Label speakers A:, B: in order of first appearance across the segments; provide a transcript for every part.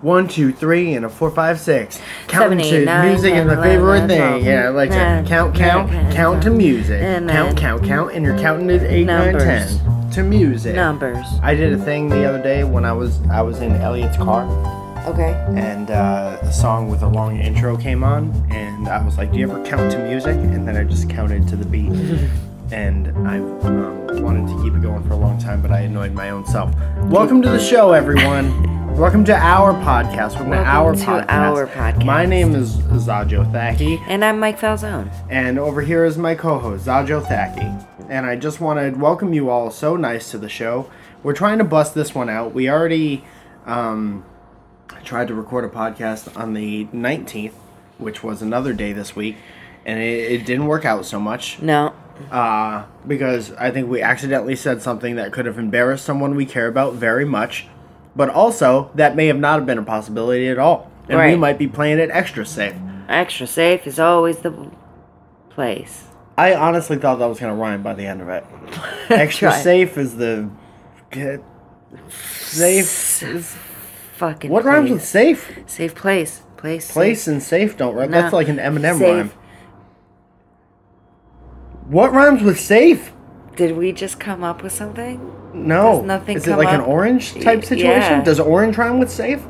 A: one, two, three, and a four, five, six. Count
B: Seven,
A: to
B: eight, nine,
A: music
B: ten,
A: is my favorite
B: eleven, twelve,
A: thing. Yeah, I like
B: nine,
A: to count, count,
B: nine,
A: count to
B: ten,
A: music.
B: and
A: Count,
B: nine.
A: count, count, and you're counting to eight, nine, ten
B: Numbers.
A: to music.
B: Numbers.
A: I did a thing the other day when I was I was in Elliot's car
B: Okay.
A: and uh, a song with a long intro came on and I was like, "Do you ever count to music?" And then I just counted to the beat. and I um, wanted to keep it going for a long time, but I annoyed my own self. Welcome to the show, everyone. Welcome to our podcast. Welcome, to
B: Welcome
A: our
B: to
A: podcast.
B: our podcast.
A: My name is Zajo Thacky,
B: And I'm Mike Falzone.
A: and over here is my co-host Zajo Thacky. And I just want to welcome you all so nice to the show. We're trying to bust this one out. We already um, tried to record a podcast on the 19th, which was another day this week, and it, it didn't work out so much
B: No.
A: uh, because I think we accidentally said something that could have embarrassed someone we care about very much, but also that may have not have been a possibility at all, and we
B: Right.
A: might be playing it extra safe.
B: Extra safe is always the place.
A: I honestly thought that was gonna rhyme by the end of it. Extra
B: Try.
A: safe is the get, safe. Is,
B: Fucking
A: what
B: place.
A: rhymes with safe?
B: Safe place. Place.
A: Place and safe don't rhyme. That's
B: No.
A: like an Eminem
B: Safe.
A: rhyme. What rhymes with safe?
B: safe. Did we just come up with something?
A: No.
B: Does nothing
A: Is it
B: come
A: like an
B: up?
A: orange
B: Y-
A: type situation?
B: yeah.
A: Does orange rhyme with safe?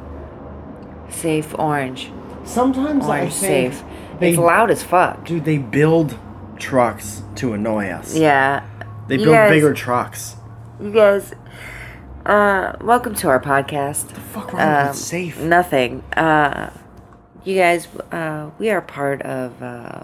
B: Safe orange.
A: Sometimes I
B: Orange
A: think
B: safe.
A: They,
B: It's loud as fuck.
A: Dude, they build trucks to annoy us.
B: Yeah.
A: They
B: You
A: build
B: guys-
A: bigger trucks.
B: You guys, uh, welcome to our podcast.
A: Fuck wrong
B: Um,
A: with safe.
B: Nothing. Uh, you guys, uh, we are part of uh,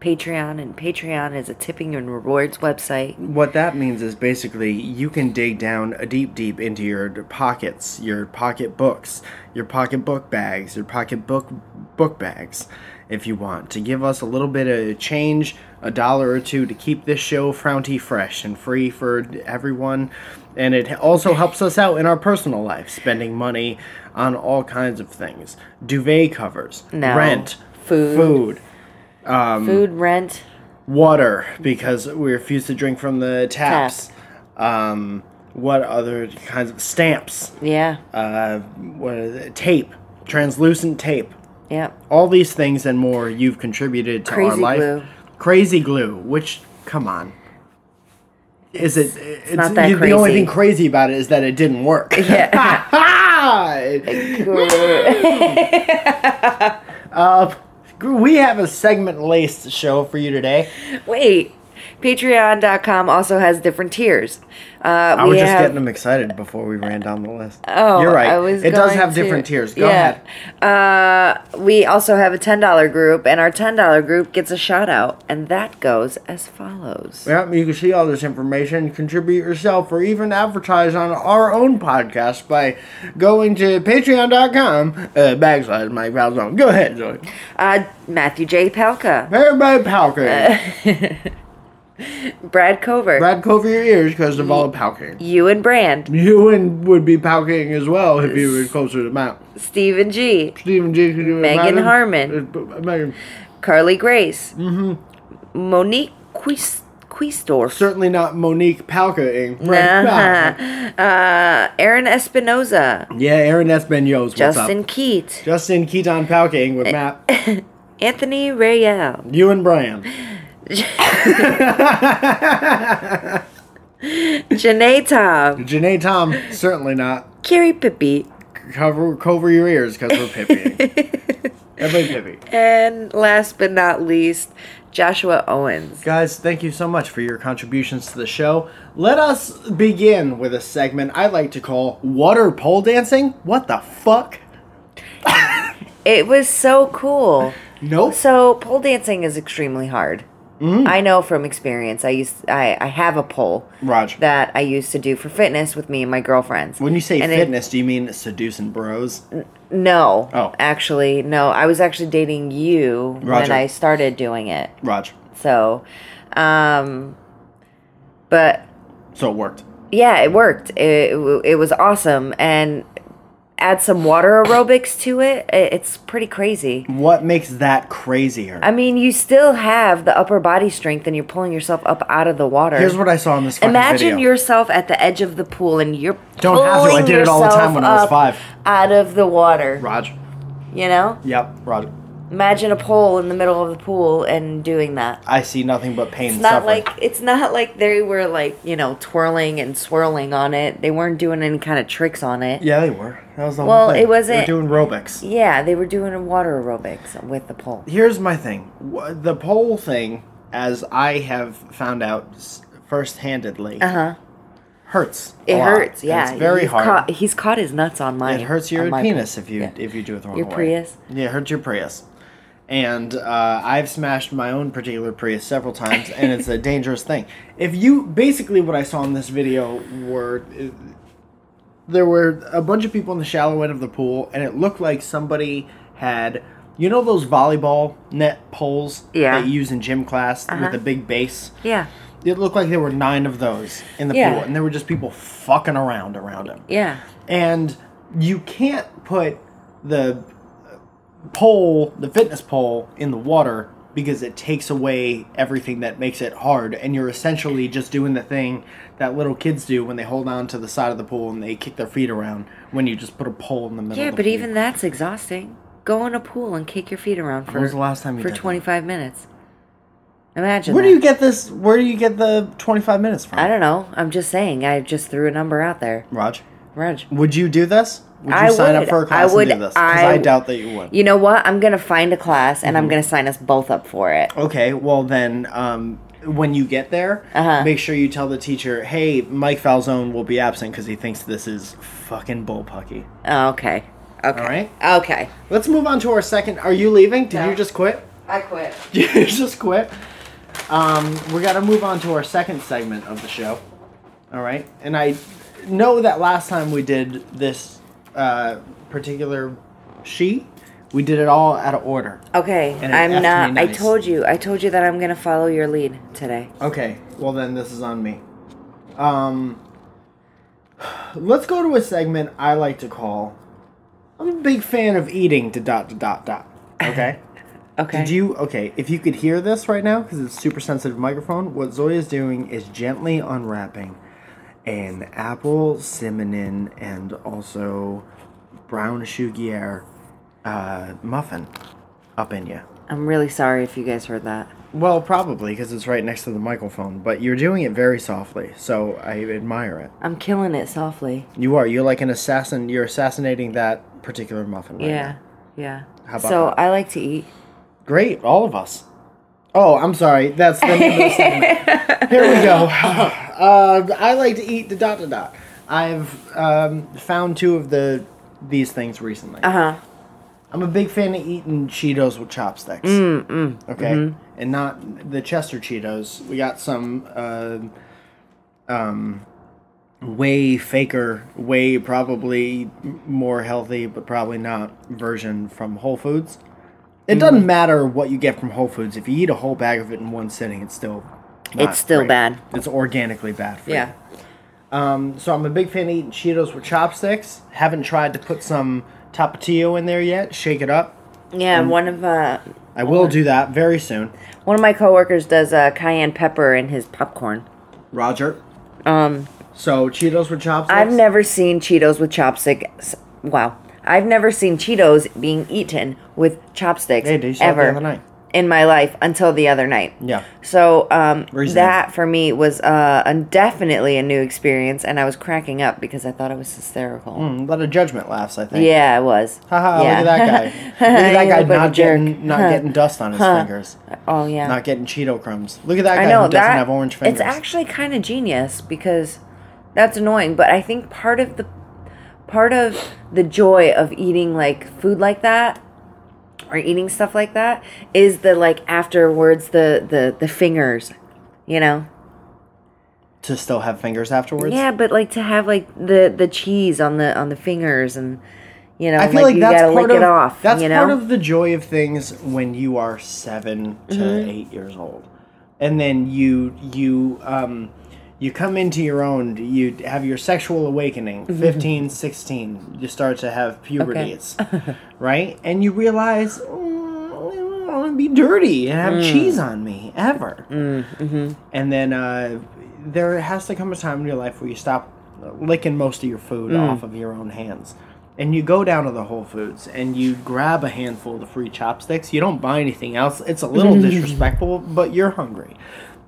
B: Patreon, and Patreon is a tipping and rewards website.
A: What that means is basically you can dig down a deep, deep into your d- pockets, your pocket books, your pocket book bags, your pocket book book bags, if you want, to give us a little bit of change, a dollar or two, to keep this show frounty fresh and free for everyone. And it also helps us out in our personal life, spending money on all kinds of things: duvet covers,
B: No.
A: rent,
B: Food.
A: food, Um,
B: Food, rent,
A: water because we refuse to drink from the taps. Um, what other kinds of stamps?
B: yeah,
A: Uh, what is it? tape, translucent tape.
B: yeah.
A: All these things and more you've contributed to our
B: Crazy
A: life.
B: glue.
A: Crazy glue, which come on. Is it? It's,
B: not that
A: you- The only
B: crazy.
A: thing crazy about it is that it didn't work.
B: Yeah.
A: Hi! Uh, we have a segment laced show for you today.
B: Wait, Patreon.com also has different tiers. Uh,
A: I
B: we
A: was just
B: have,
A: getting them excited before we ran down the list.
B: Oh,
A: you're right.
B: I was
A: it does
B: going
A: have
B: to-
A: different tiers. Go
B: yeah.
A: ahead.
B: Uh, we also have a ten dollar group, and our ten dollar group gets a shout out, and that goes as follows.
A: Yep, you can see all this information, contribute yourself, or even advertise on our own podcast by going to patreon.com uh, backslash Mike Valzone. Go ahead, Zoe.
B: Uh, Matthew J. Palka,
A: Everybody
B: Uh,
A: palking.
B: Brad Cover,
A: Brad, cover your ears because of all the palking.
B: you and Brand,
A: You and would be palking as well if you were closer to Mount.
B: Stephen G,
A: Stephen G. Could you
B: Megan
A: imagine?
B: Harmon.
A: Uh, Megan.
B: Carly Grace,
A: Mm-hmm.
B: Monique Quis- Quistorf,
A: Certainly not Monique Palking.
B: uh-huh. uh, Aaron Espinoza,
A: Yeah, Aaron Espanosa. What's
B: Justin
A: up?
B: Keat,
A: Justin Keaton Palking with Matt.
B: Anthony Rayel,
A: you and Brian.
B: Janae Tom,
A: Janae Tom, certainly not.
B: Carrie Pippi,
A: Cover, cover your ears because we're pippy. Everybody pippy.
B: and last but not least, Joshua Owens.
A: Guys, thank you so much for your contributions to the show. Let us begin with a segment I like to call Water Pole Dancing. What the fuck?
B: It was so cool.
A: Nope.
B: So pole dancing is extremely hard.
A: Mm.
B: I know from experience. I used I, I have a pole
A: Raj.
B: that I used to do for fitness with me and my girlfriends.
A: When you say
B: And it-
A: fitness, do you mean seducing bros?
B: no,
A: Oh.
B: actually, no. I was actually dating you when
A: Roger.
B: I started doing it.
A: Raj.
B: So, um, but
A: So it worked.
B: yeah, it worked. It, it was awesome, and add some water aerobics to it, i- it's pretty crazy.
A: What makes that crazier?
B: I mean, you still have the upper body strength and you're pulling yourself up out of the water.
A: Here's what I saw in this fucking
B: Imagine
A: video.
B: yourself at the edge of the pool and you're
A: Don't have to. I
B: pulling
A: did it all the
B: yourself
A: time when I was
B: up
A: five.
B: Out of the water,
A: Raj.
B: you know.
A: Yep, Raj.
B: Imagine a pole in the middle of the pool and doing that.
A: I see nothing but pain.
B: It's
A: and
B: not
A: suffering.
B: like it's not like they were like you know twirling and swirling on it. They weren't doing any kind of tricks on it.
A: Yeah, they were. That was the
B: Well,
A: whole thing.
B: it wasn't-
A: They were doing aerobics.
B: Yeah, they were doing water aerobics with the pole.
A: Here's my thing. Wh- The pole thing, as I have found out s- first-handedly,
B: Uh huh.
A: hurts. Uh-huh. a
B: It
A: lot.
B: hurts.
A: And
B: Yeah,
A: it's very
B: You've
A: hard.
B: Caught, he's caught his nuts on mine.
A: It hurts
B: on
A: your
B: my-
A: penis if you
B: yeah.
A: if you do it the wrong
B: Your
A: way.
B: Prius?
A: Yeah, it hurts your Prius. And uh, I've smashed my own particular Prius several times, and it's a dangerous thing. If you basically what I saw in this video were uh, there were a bunch of people in the shallow end of the pool, and it looked like somebody had you know those volleyball net poles
B: Yeah. Uh-huh.
A: that you use in gym class with a big base.
B: Yeah.
A: It looked like there were nine of those in the
B: Yeah.
A: pool, and there were just people fucking around around them
B: Yeah.
A: and you can't put the pole, the fitness pole, in the water because it takes away everything that makes it hard, and you're essentially just doing the thing that little kids do when they hold on to the side of the pool and they kick their feet around when you just put a pole in the middle.
B: Yeah,
A: of the
B: but
A: pool.
B: even that's exhausting. Go in a pool and kick your feet around for
A: When was the last time you
B: for
A: did that?
B: 25 minutes. Imagine.
A: where do
B: that.
A: you get this? Where do you get the 25 minutes from?
B: I don't know. I'm just saying. I just threw a number out there.
A: Raj,
B: Raj.
A: would you do this? Would you
B: I
A: sign
B: would.
A: up for a
B: I
A: class
B: would.
A: and do this? Because
B: I-
A: I, doubt that you would. Mm-hmm.
B: You know what? I'm going to find a class and I'm going to sign us both up for it.
A: Okay, well then, um, when you get there,
B: Uh-huh.
A: make sure you tell the teacher, "Hey, Mike Falzone will be absent because he thinks this is fucking bullpucky."
B: Oh, okay. Okay.
A: All right.
B: Okay.
A: Let's move on to our second. Are you leaving? Did
B: No.
A: you just quit?
B: I quit.
A: Did you just quit? Um, we got to move on to our second segment of the show. All right, and I know that last time we did this uh, particular sheet, we did it all out of order.
B: Okay.
A: And it effed me
B: I'm not. I
A: nice.
B: told you. I told you that I'm going to follow your lead today.
A: Okay, well then this is on me. Um let's go to a segment I like to call I'm a big fan of eating to dot to dot dot. Okay?
B: Okay.
A: Did you okay, if you could hear this right now cuz it's super sensitive microphone, what Zoya is doing is gently unwrapping an apple cinnamon and also brown sugar uh muffin up in you.
B: I'm really sorry if you guys heard that.
A: Well, probably because it's right next to the microphone, but you're doing it very softly, so I admire it.
B: I'm killing it softly.
A: You are. You're like an assassin. You're assassinating that particular muffin. Right
B: yeah.
A: now.
B: Yeah.
A: Oh, How about
B: so
A: that?
B: I like to eat.
A: Great. All of us. Oh, I'm sorry. That's the name of the segment. Here we go. Uh, I like to eat the dot dot dot. I've um, found two of the these things recently.
B: Uh huh.
A: I'm a big fan of eating Cheetos with chopsticks.
B: Mm,
A: Okay,
B: mm-hmm.
A: and not the Chester Cheetos. We got some, uh, um, way faker, way probably m- more healthy, but probably not version from Whole Foods.
B: Mm-hmm.
A: It doesn't matter what you get from Whole Foods. If you eat a whole bag of it in one sitting, it's still not
B: It's still
A: great.
B: bad.
A: It's organically bad. For
B: Yeah.
A: um, so I'm a big fan of eating Cheetos with chopsticks. Haven't tried to put some Tapatio in there yet. Shake it up.
B: Yeah,
A: Um,
B: one of uh,
A: I will do that very soon.
B: one of my coworkers does uh, cayenne pepper in his popcorn.
A: Roger.
B: Um,
A: So Cheetos with chopsticks.
B: I've never seen Cheetos with chopsticks. Wow, I've never seen Cheetos being eaten with chopsticks
A: Hey, they saw it the
B: ever
A: other night.
B: in my life until the other night.
A: Yeah.
B: So um,
A: Reason.
B: that for me was uh, a- definitely a new experience, and I was cracking up because I thought it was hysterical.
A: Mm, a lot of judgment laughs. I think.
B: Yeah, it was.
A: Haha!
B: yeah.
A: Look at that guy. Look at that
B: You
A: guy
B: look like a
A: not getting
B: jerk.
A: not
B: Huh.
A: getting dust on his
B: Huh.
A: fingers,
B: Oh yeah.
A: not getting Cheeto crumbs. Look at that guy
B: I know
A: who doesn't
B: that
A: have orange fingers.
B: it's actually kind of genius because that's annoying. But I think part of the part of the joy of eating like food like that or eating stuff like that is the like afterwards the the the fingers, you know.
A: to still have fingers afterwards.
B: Yeah, but like to have like the the cheese on the on the fingers and you know
A: I feel
B: like,
A: like,
B: you
A: that's
B: gotta
A: part
B: lick
A: of
B: it off.
A: that's
B: you know?
A: part of the joy of things when you are
B: Mm-hmm.
A: 7 to eight years old, and then you you um you come into your own you have your sexual awakening
B: Mm-hmm.
A: 15 16 you start to have puberties right and you realize "Mm, i don't want to be dirty and have
B: Mm.
A: cheese on me ever and then uh, there has to come a time in your life where you stop uh, licking most of your food off of your own hands and you go down to the Whole Foods and you grab a handful of the free chopsticks. You don't buy anything else. It's a little disrespectful, but you're hungry.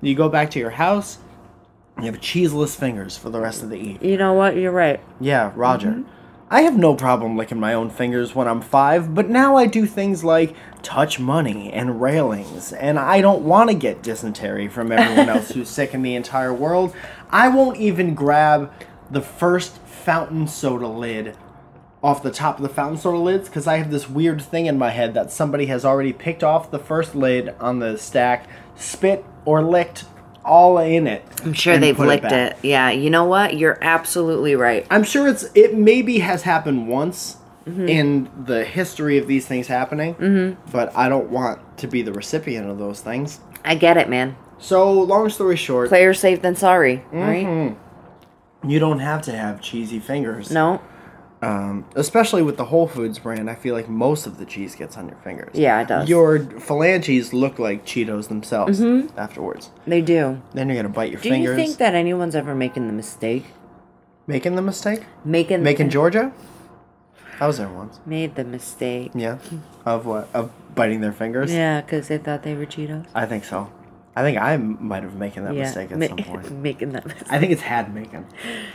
A: You go back to your house, you have cheeseless fingers for the rest of the evening.
B: You know what? You're right.
A: Yeah, Roger. I have no problem licking my own fingers when I'm five, but now I do things like touch money and railings, and I don't want to get dysentery from everyone else who's sick in the entire world. I won't even grab the first fountain soda lid off the top of the fountain soda lids because I have this weird thing in my head that somebody has already picked off the first lid on the stack, spit or licked all in it.
B: I'm sure
A: and
B: they've
A: put
B: licked
A: back.
B: it. Yeah. You know what? You're absolutely right.
A: I'm sure it's it maybe has happened once
B: Mm-hmm.
A: in the history of these things happening, but I don't want to be the recipient of those things.
B: I get it, man.
A: So, long story short,
B: Player safe than sorry,
A: Mm-hmm.
B: right?
A: you don't have to have cheesy fingers.
B: No.
A: Um, especially with the Whole Foods brand, I feel like most of the cheese gets on your fingers.
B: Yeah, it does.
A: Your phalanges look like Cheetos themselves afterwards.
B: They do.
A: Then you're gonna bite your
B: Mm-hmm. Do
A: fingers.
B: you think that anyone's ever making the mistake?
A: making the mistake?
B: Making
A: Making Georgia? I was there once.
B: made the mistake.
A: Yeah. Of what? Of biting their fingers?
B: Yeah, because they thought they were Cheetos.
A: I think so. I think I m- might have making that
B: yeah,
A: mistake at
B: ma-
A: some point.
B: making that mistake.
A: I think it's had making.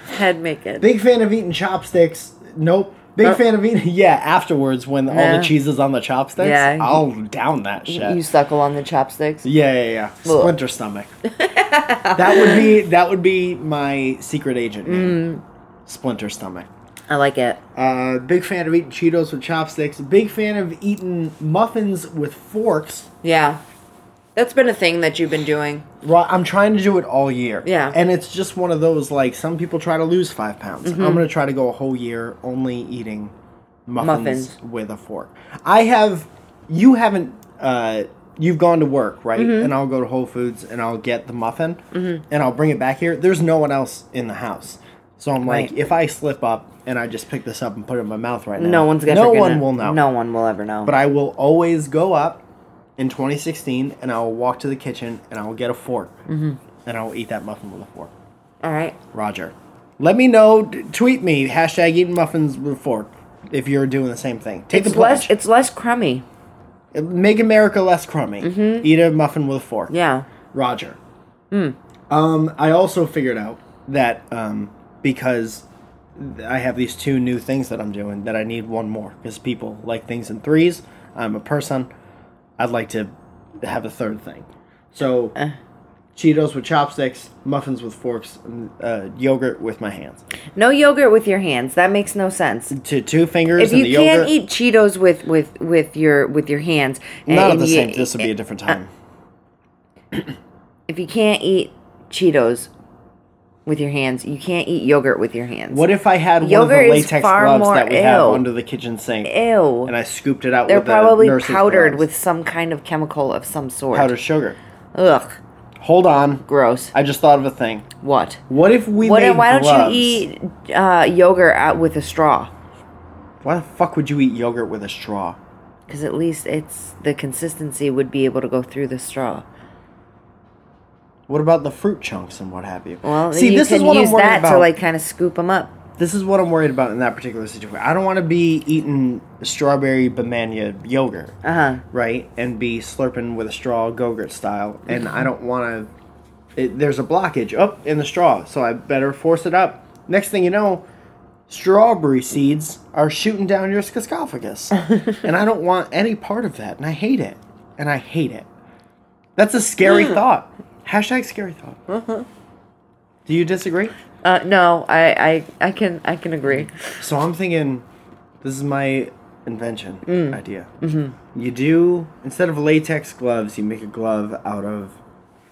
B: Head making.
A: Big fan of eating chopsticks. Nope. Big
B: Uh,
A: fan of eating. Yeah, afterwards when all
B: Yeah.
A: the cheese is on the chopsticks,
B: Yeah.
A: I'll down that shit.
B: you suckle on the chopsticks.
A: yeah, yeah, yeah. Splinter stomach. that would be that would be my secret agent name.
B: Mm.
A: Splinter stomach.
B: I like it.
A: Uh, big fan of eating Cheetos with chopsticks. Big fan of eating muffins with forks.
B: Yeah. That's been a thing that you've been doing.
A: Right, I'm trying to do it all year.
B: Yeah.
A: And it's just one of those like some people try to lose five pounds.
B: Mm-hmm.
A: I'm gonna try to go a whole year only eating muffins,
B: Muffins.
A: with a fork. I have you haven't uh you've gone to work, right?
B: Mm-hmm.
A: And I'll go to Whole Foods and I'll get the muffin and I'll bring it back here. There's no one else in the house. So I'm like,
B: Right.
A: if I slip up and I just pick this up and put it in my mouth right now,
B: No one's gonna.
A: No
B: freaking
A: one
B: know.
A: will know.
B: No one will ever know.
A: But I will always go up in 2016 and I will walk to the kitchen and I will get a fork
B: Mm-hmm.
A: and I will eat that muffin with a fork.
B: All right.
A: Roger. Let me know. d- tweet me hashtag eating muffins with a fork if you're doing the same thing. Take
B: It's
A: the pledge.
B: less. It's less crummy.
A: Make America less crummy.
B: Mm-hmm.
A: Eat a muffin with a fork.
B: Yeah.
A: Roger.
B: Hmm.
A: Um, I also figured out that um, because th- I have these two new things that I'm doing, that I need one more because people like things in threes. I'm a person. I'd like to have a third thing. So,
B: Uh.
A: Cheetos with chopsticks, muffins with forks, and, uh, yogurt with my hands.
B: No yogurt with your hands. That makes no sense.
A: To two fingers
B: If
A: and
B: you
A: the yogurt.
B: can't eat Cheetos with with with your with your hands,
A: not at the
B: you-
A: same. This would be a different time.
B: If you can't eat Cheetos with your hands, you can't eat yogurt with your hands.
A: What if I had one of the
B: Yogurt is
A: latex
B: far
A: gloves
B: more
A: that we have
B: ew.
A: under the kitchen sink?
B: Ew.
A: And I scooped it out.
B: They're
A: with the
B: probably
A: nurse's
B: powdered
A: gloves?
B: with some kind of chemical of some sort.
A: powdered sugar.
B: Ugh.
A: Hold on.
B: Gross.
A: I just thought of a thing.
B: What?
A: What if we
B: What?
A: made
B: Why don't
A: gloves?
B: you eat uh, yogurt out with a straw?
A: Why the fuck would you eat yogurt with a straw?
B: Because at least it's the consistency would be able to go through the straw.
A: What about the fruit chunks and what have you?
B: Well,
A: see,
B: you
A: this
B: can
A: is what
B: use
A: I'm worried
B: that
A: about.
B: to like kind of scoop them up.
A: this is what I'm worried about in that particular situation. I don't want to be eating strawberry banana yogurt,
B: Uh huh.
A: right? And be slurping with a straw, gogurt style. And I don't want to. It, there's a blockage up in the straw, so I better force it up. Next thing you know, strawberry seeds are shooting down your scaphogus. and I don't want any part of that. And I hate it. And I hate it. That's a scary thought. Hashtag scary thought. Do you disagree?
B: Uh, no, I, I, I can, I can agree.
A: So I'm thinking, this is my invention idea. Mm. Mm-hmm. You do, instead of latex gloves, you make a glove out of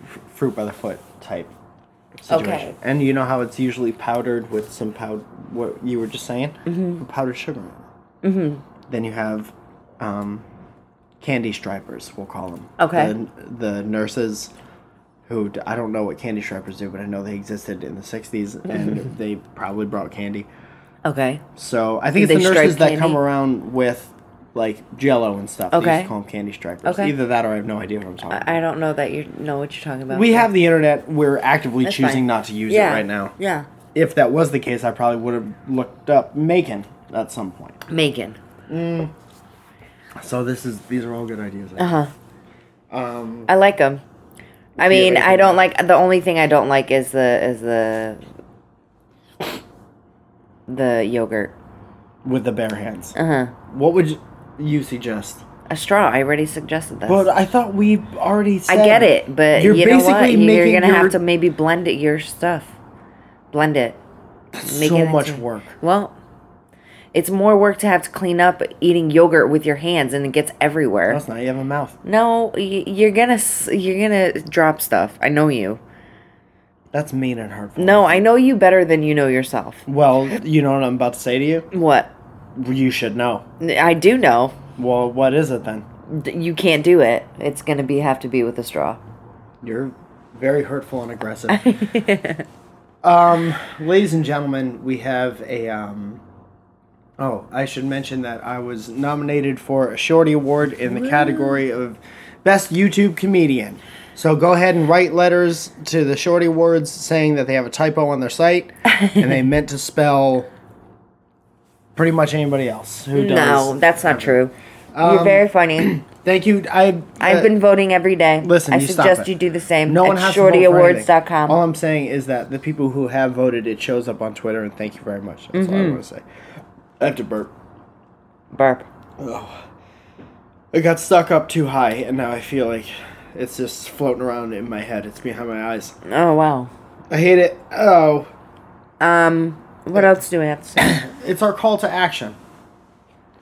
A: f- fruit by the foot type. Situation.
B: Okay.
A: And you know how it's usually powdered with some powder, what you were just saying? Mm-hmm. Powdered sugar. Mm-hmm. Then you have um, candy stripers, we'll call them.
B: Okay.
A: The, the nurses who d- I don't know what candy strippers do, but I know they existed in the '60s, and they probably brought candy.
B: Okay.
A: So I think
B: Did
A: it's the
B: they
A: nurses
B: stripe
A: that come
B: candy?
A: around with like Jello and stuff. They used
B: Okay.
A: to call them candy strippers.
B: Okay.
A: Either that, or I have no idea what I'm talking. about.
B: I don't know that you know what you're talking about.
A: we have the internet. We're actively
B: That's
A: choosing
B: fine.
A: not to use
B: yeah.
A: it right now.
B: Yeah.
A: If that was the case, I probably would have looked up Macon at some point.
B: Megan.
A: So this is these are all good ideas. Um,
B: Uh huh. Uh-huh. I like them. I mean, I don't like the only thing I don't like is the is the the yogurt.
A: With the bare hands.
B: Uh huh.
A: What would you, you suggest?
B: A straw. I already suggested this.
A: But I thought we already said
B: I get it, but you know what? You're gonna
A: your-
B: have to maybe blend it your stuff. Blend it. Make
A: so
B: it
A: much
B: into-
A: work.
B: Well, it's more work to have to clean up eating yogurt with your hands, and it gets everywhere.
A: That's not. You have a mouth.
B: No, y- you're gonna s- you're gonna drop stuff. I know you.
A: That's mean and hurtful.
B: No, I know you better than you know yourself.
A: Well, you know what I'm about to say to you.
B: What?
A: You should know.
B: I do know.
A: Well, what is it then?
B: D- You can't do it. It's gonna be have to be with a straw.
A: You're very hurtful and aggressive. um, ladies and gentlemen, we have a. Um, oh, I should mention that I was nominated for a Shorty Award in the category of Best YouTube Comedian. So go ahead and write letters to the Shorty Awards saying that they have a typo on their site and they meant to spell pretty much anybody else who does.
B: No, that's not true. you're very funny.
A: Thank you. I
B: I've
A: uh,
B: been voting every day.
A: Listen,
B: I
A: you stop
B: suggest
A: it.
B: you do the same.
A: No
B: at
A: one has to vote for anything.
B: ShortyAwards.com.
A: All I'm saying is that the people who have voted, it shows up on Twitter, and thank you very much. That's
B: Mm-hmm.
A: all I want to say. I have to burp.
B: Burp.
A: I got stuck up too high, and now I feel like it's just floating around in my head. It's behind my eyes.
B: Oh wow.
A: I hate it. Oh,
B: Um. What else do we have to say?
A: it's our call to action.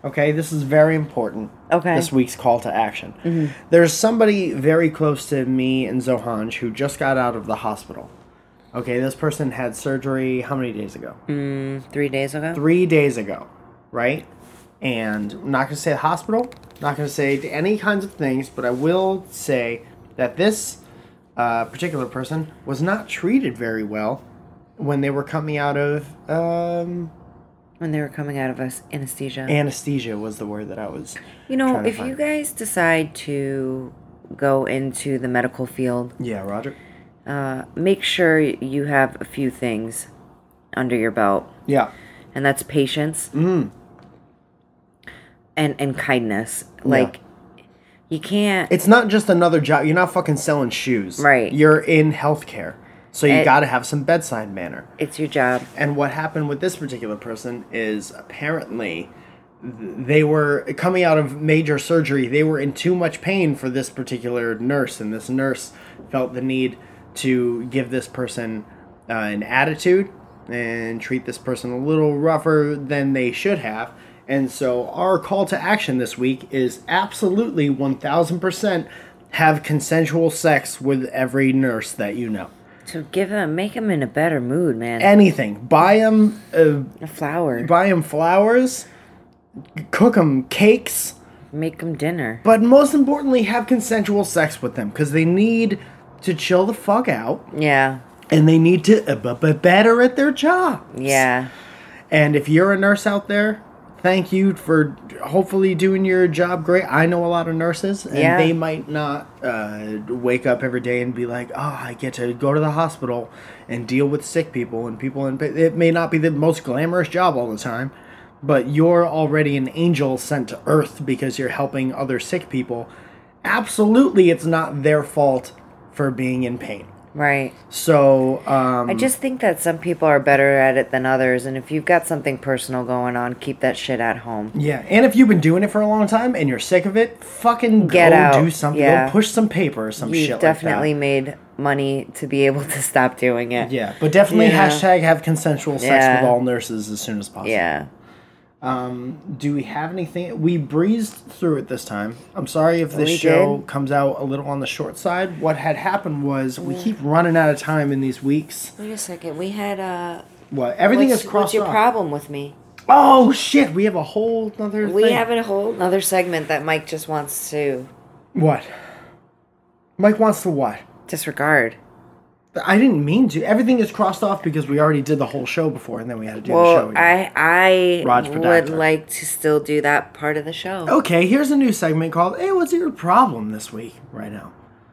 A: Okay, this is very important.
B: Okay.
A: This week's call to action. There's somebody very close to me and Zohanj who just got out of the hospital. Okay, this person had surgery how many days ago?
B: Mm. Hmm, Three days ago.
A: three days ago, right? And I'm not gonna say the hospital, not gonna say any kinds of things, but I will say that this uh, particular person was not treated very well when they were coming out of um,
B: when they were coming out of us anesthesia.
A: anesthesia was the word that I was.
B: you know,
A: trying to
B: if you
A: find.
B: guys decide to go into the medical field,
A: yeah, Roger.
B: uh, make sure you have a few things under your belt,
A: Yeah,
B: and that's patience
A: Mm-hmm.
B: and and kindness. Like you can't.
A: it's not just another job. You're not fucking selling shoes,
B: Right.
A: You're in healthcare, so you
B: It-
A: got to have some bedside manner.
B: it's your job.
A: And what happened with this particular person is apparently th- they were coming out of major surgery. They were in too much pain for this particular nurse, and this nurse felt the need to give this person uh, an attitude and treat this person a little rougher than they should have. And so, our call to action this week is absolutely 1000% have consensual sex with every nurse that you know.
B: So give them, make them in a better mood, man.
A: Anything. Buy uh, them a
B: a flower.
A: buy them flowers, cook them cakes,
B: Make them dinner.
A: but most importantly, have consensual sex with them because they need to chill the fuck out
B: Yeah.
A: and they need to uh, b- b- better at their job.
B: Yeah.
A: And if you're a nurse out there, thank you for hopefully doing your job great. I know a lot of nurses, and
B: Yeah.
A: they might not uh, wake up every day and be like, "Oh, I get to go to the hospital and deal with sick people and people." And it may not be the most glamorous job all the time, but you're already an angel sent to Earth because you're helping other sick people. Absolutely, it's not their fault for being in pain.
B: Right.
A: So, um,
B: I just think that some people are better at it than others, and if you've got something personal going on, keep that shit at home.
A: Yeah, and if you've been doing it for a long time and you're sick of it, fucking
B: Get
A: go
B: out,
A: do something.
B: yeah.
A: Go push some paper or some
B: You've
A: shit
B: definitely
A: like
B: made money to be able to stop doing it.
A: that. Yeah, but definitely
B: Yeah.
A: hashtag have consensual sex
B: Yeah.
A: with all nurses as soon as possible.
B: Yeah.
A: Do we have anything? We breezed through it this time. I'm sorry if this
B: We
A: show
B: did.
A: comes out a little on the short side. What had happened was we keep running out of time in these weeks.
B: Wait a second. We had uh.
A: Well, everything
B: what's,
A: is crossed
B: what's your
A: off.
B: problem with me?
A: oh shit, we have a whole other.
B: We
A: thing.
B: have a whole another segment that Mike just wants to
A: what? Mike wants to what?
B: disregard.
A: I didn't mean to. Everything is crossed off because we already did the whole show before, and then we had to do the show.
B: Well,
A: again.
B: I I
A: Raj
B: would
A: Padacca.
B: like to still do that part of the show.
A: okay, here's a new segment called "Hey, what's your problem this week?" Right now,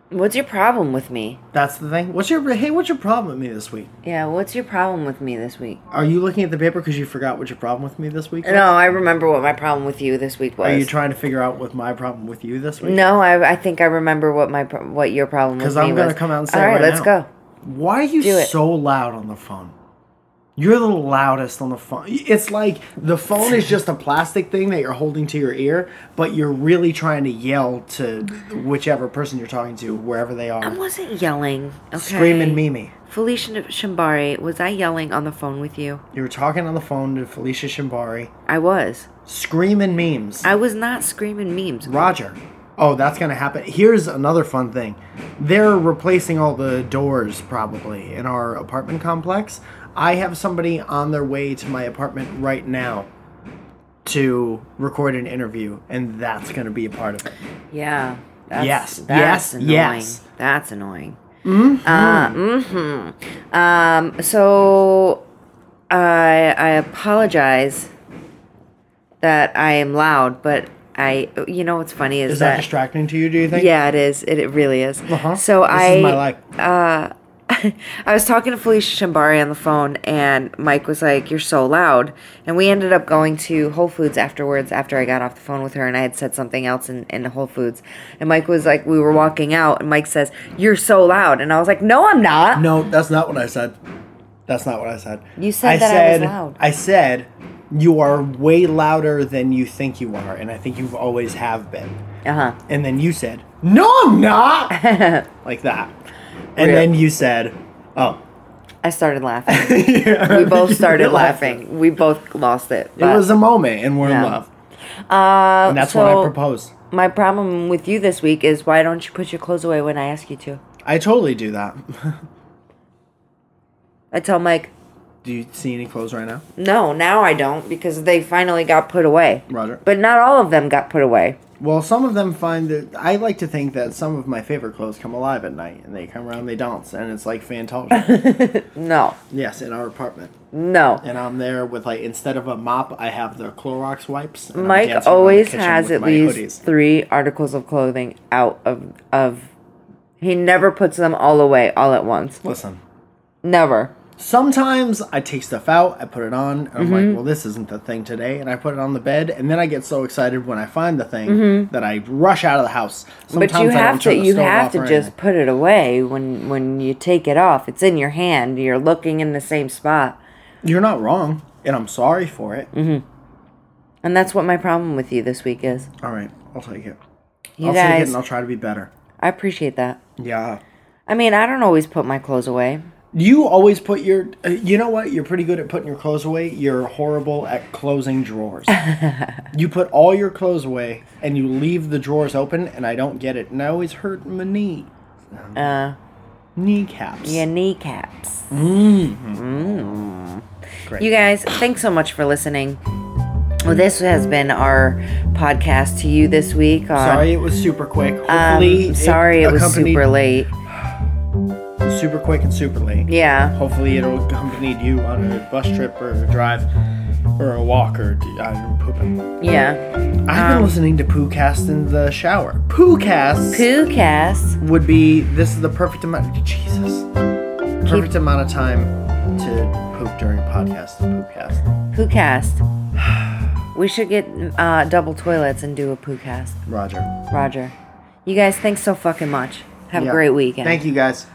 B: What's your problem with me?
A: that's the thing. What's your hey? What's your problem with me this week?
B: Yeah, what's your problem with me this week?
A: Are you looking at the paper because you forgot what your problem with me this week? was?
B: No, I remember what my problem with you this week was.
A: Are you trying to figure out what my problem with you this week?
B: no, I, I think I remember what my pro- what your problem with me was.
A: Because I'm gonna come out and say
B: All
A: it
B: right,
A: right
B: let's
A: now.
B: go.
A: Why are you
B: Do it.
A: so loud on the phone? You're the loudest on the phone. It's like the phone is just a plastic thing that you're holding to your ear, but you're really trying to yell to whichever person you're talking to, wherever they
B: I
A: are.
B: wasn't yelling. Okay.
A: Screaming Mimi.
B: Felicia Shambari, was I yelling on the phone with you?
A: You were talking on the phone to Felicia Shimbari.
B: I was.
A: Screaming memes.
B: I was not screaming memes.
A: Roger. Oh, that's gonna happen. Here's another fun thing. They're replacing all the doors probably in our apartment complex. I have somebody on their way to my apartment right now to record an interview, and that's gonna be a part of it.
B: Yeah. That's,
A: Yes, yes,
B: That's annoying.
A: yes.
B: That's annoying. Uh, Mm-hmm. Uh, hmm Um, so I I apologize that I am loud, but I you know what's funny is,
A: Is that distracting to you? Do you think?
B: yeah, it is. It, it really is.
A: Uh-huh.
B: So
A: this
B: I
A: is my life.
B: I was talking to Felicia Shambari on the phone, and Mike was like, You're so loud. And we ended up going to Whole Foods afterwards after I got off the phone with her, and I had said something else in, in Whole Foods. And Mike was like, We were walking out, and Mike says, You're so loud. And I was like, No, I'm not.
A: No, that's not what I said. That's not what I said.
B: You said that I was loud.
A: I said you are way louder than you think you are, and I think you've always have been.
B: Uh huh.
A: And then you said, "No, I'm not," like that. And
B: Real.
A: then you said, "Oh."
B: I started laughing.
A: Yeah,
B: We both
A: you
B: started
A: laughed.
B: laughing. We both lost it.
A: It was a moment, and we're
B: Yeah.
A: in love.
B: uh,
A: And that's
B: so
A: what I proposed.
B: My problem with you this week is why don't you put your clothes away when I ask you to?
A: I totally do that.
B: I tell Mike,
A: do you see any clothes right now,
B: No, now I don't because they finally got put away.
A: Roger?
B: But not all of them got put away.
A: Well, some of them find that I like to think that some of my favorite clothes come alive at night, and they come around, they dance, and it's like Fantasia.
B: No,
A: yes, in our apartment,
B: no.
A: and I'm there with like instead of a mop, I have the Clorox wipes. and I'm dancing around
B: Mike
A: the
B: always
A: kitchen
B: has
A: with
B: at
A: my
B: least
A: hoodies.
B: three articles of clothing out of of. He never puts them all away all at once.
A: Listen,
B: Never.
A: Sometimes I take stuff out, I put it on, and I'm
B: Mm-hmm.
A: like, well, this isn't the thing today, and I put it on the bed, and then I get so excited when I find the thing that I rush out of the house. Sometimes
B: Mm-hmm. But you
A: I don't
B: have to
A: turn the
B: you
A: stove
B: have
A: off
B: to
A: or
B: just
A: anything.
B: put it away when when you take it off. It's in your hand. You're looking in the same spot.
A: You're not wrong, and I'm sorry for it.
B: Mm-hmm. And that's what my problem with you this week is.
A: All right, I'll take it.
B: You
A: I'll take it,
B: guys,
A: and I'll try to be better.
B: I appreciate that.
A: Yeah.
B: I mean, I don't always put my clothes away.
A: You always put your. Uh, you know what? You're pretty good at putting your clothes away. You're horrible at closing drawers. you put all your clothes away, and you leave the drawers open, and I don't get it, and I always hurt my knee.
B: Uh,
A: Kneecaps.
B: your kneecaps.
A: Mm-hmm.
B: Mm.
A: Great.
B: You guys, thanks so much for listening. Well, this has been our podcast to you this week. On,
A: Sorry, it was super quick.
B: Um,
A: Hopefully,
B: sorry, it was
A: accompanied-
B: super late.
A: Super quick and super late.
B: Yeah.
A: Hopefully, it'll accompany you on a bus trip or a drive or a walk or d- I'm pooping.
B: Yeah.
A: I've been listening to Poocast in the shower. Poocast
B: Poocast.
A: would be this is the perfect amount. Jesus, perfect amount of time to poop during podcast. Poocast,
B: Poocast. We should get uh, double toilets and do a poocast.
A: Roger.
B: Roger. You guys, thanks so fucking much. Have
A: Yeah.
B: a great weekend.
A: Thank you guys.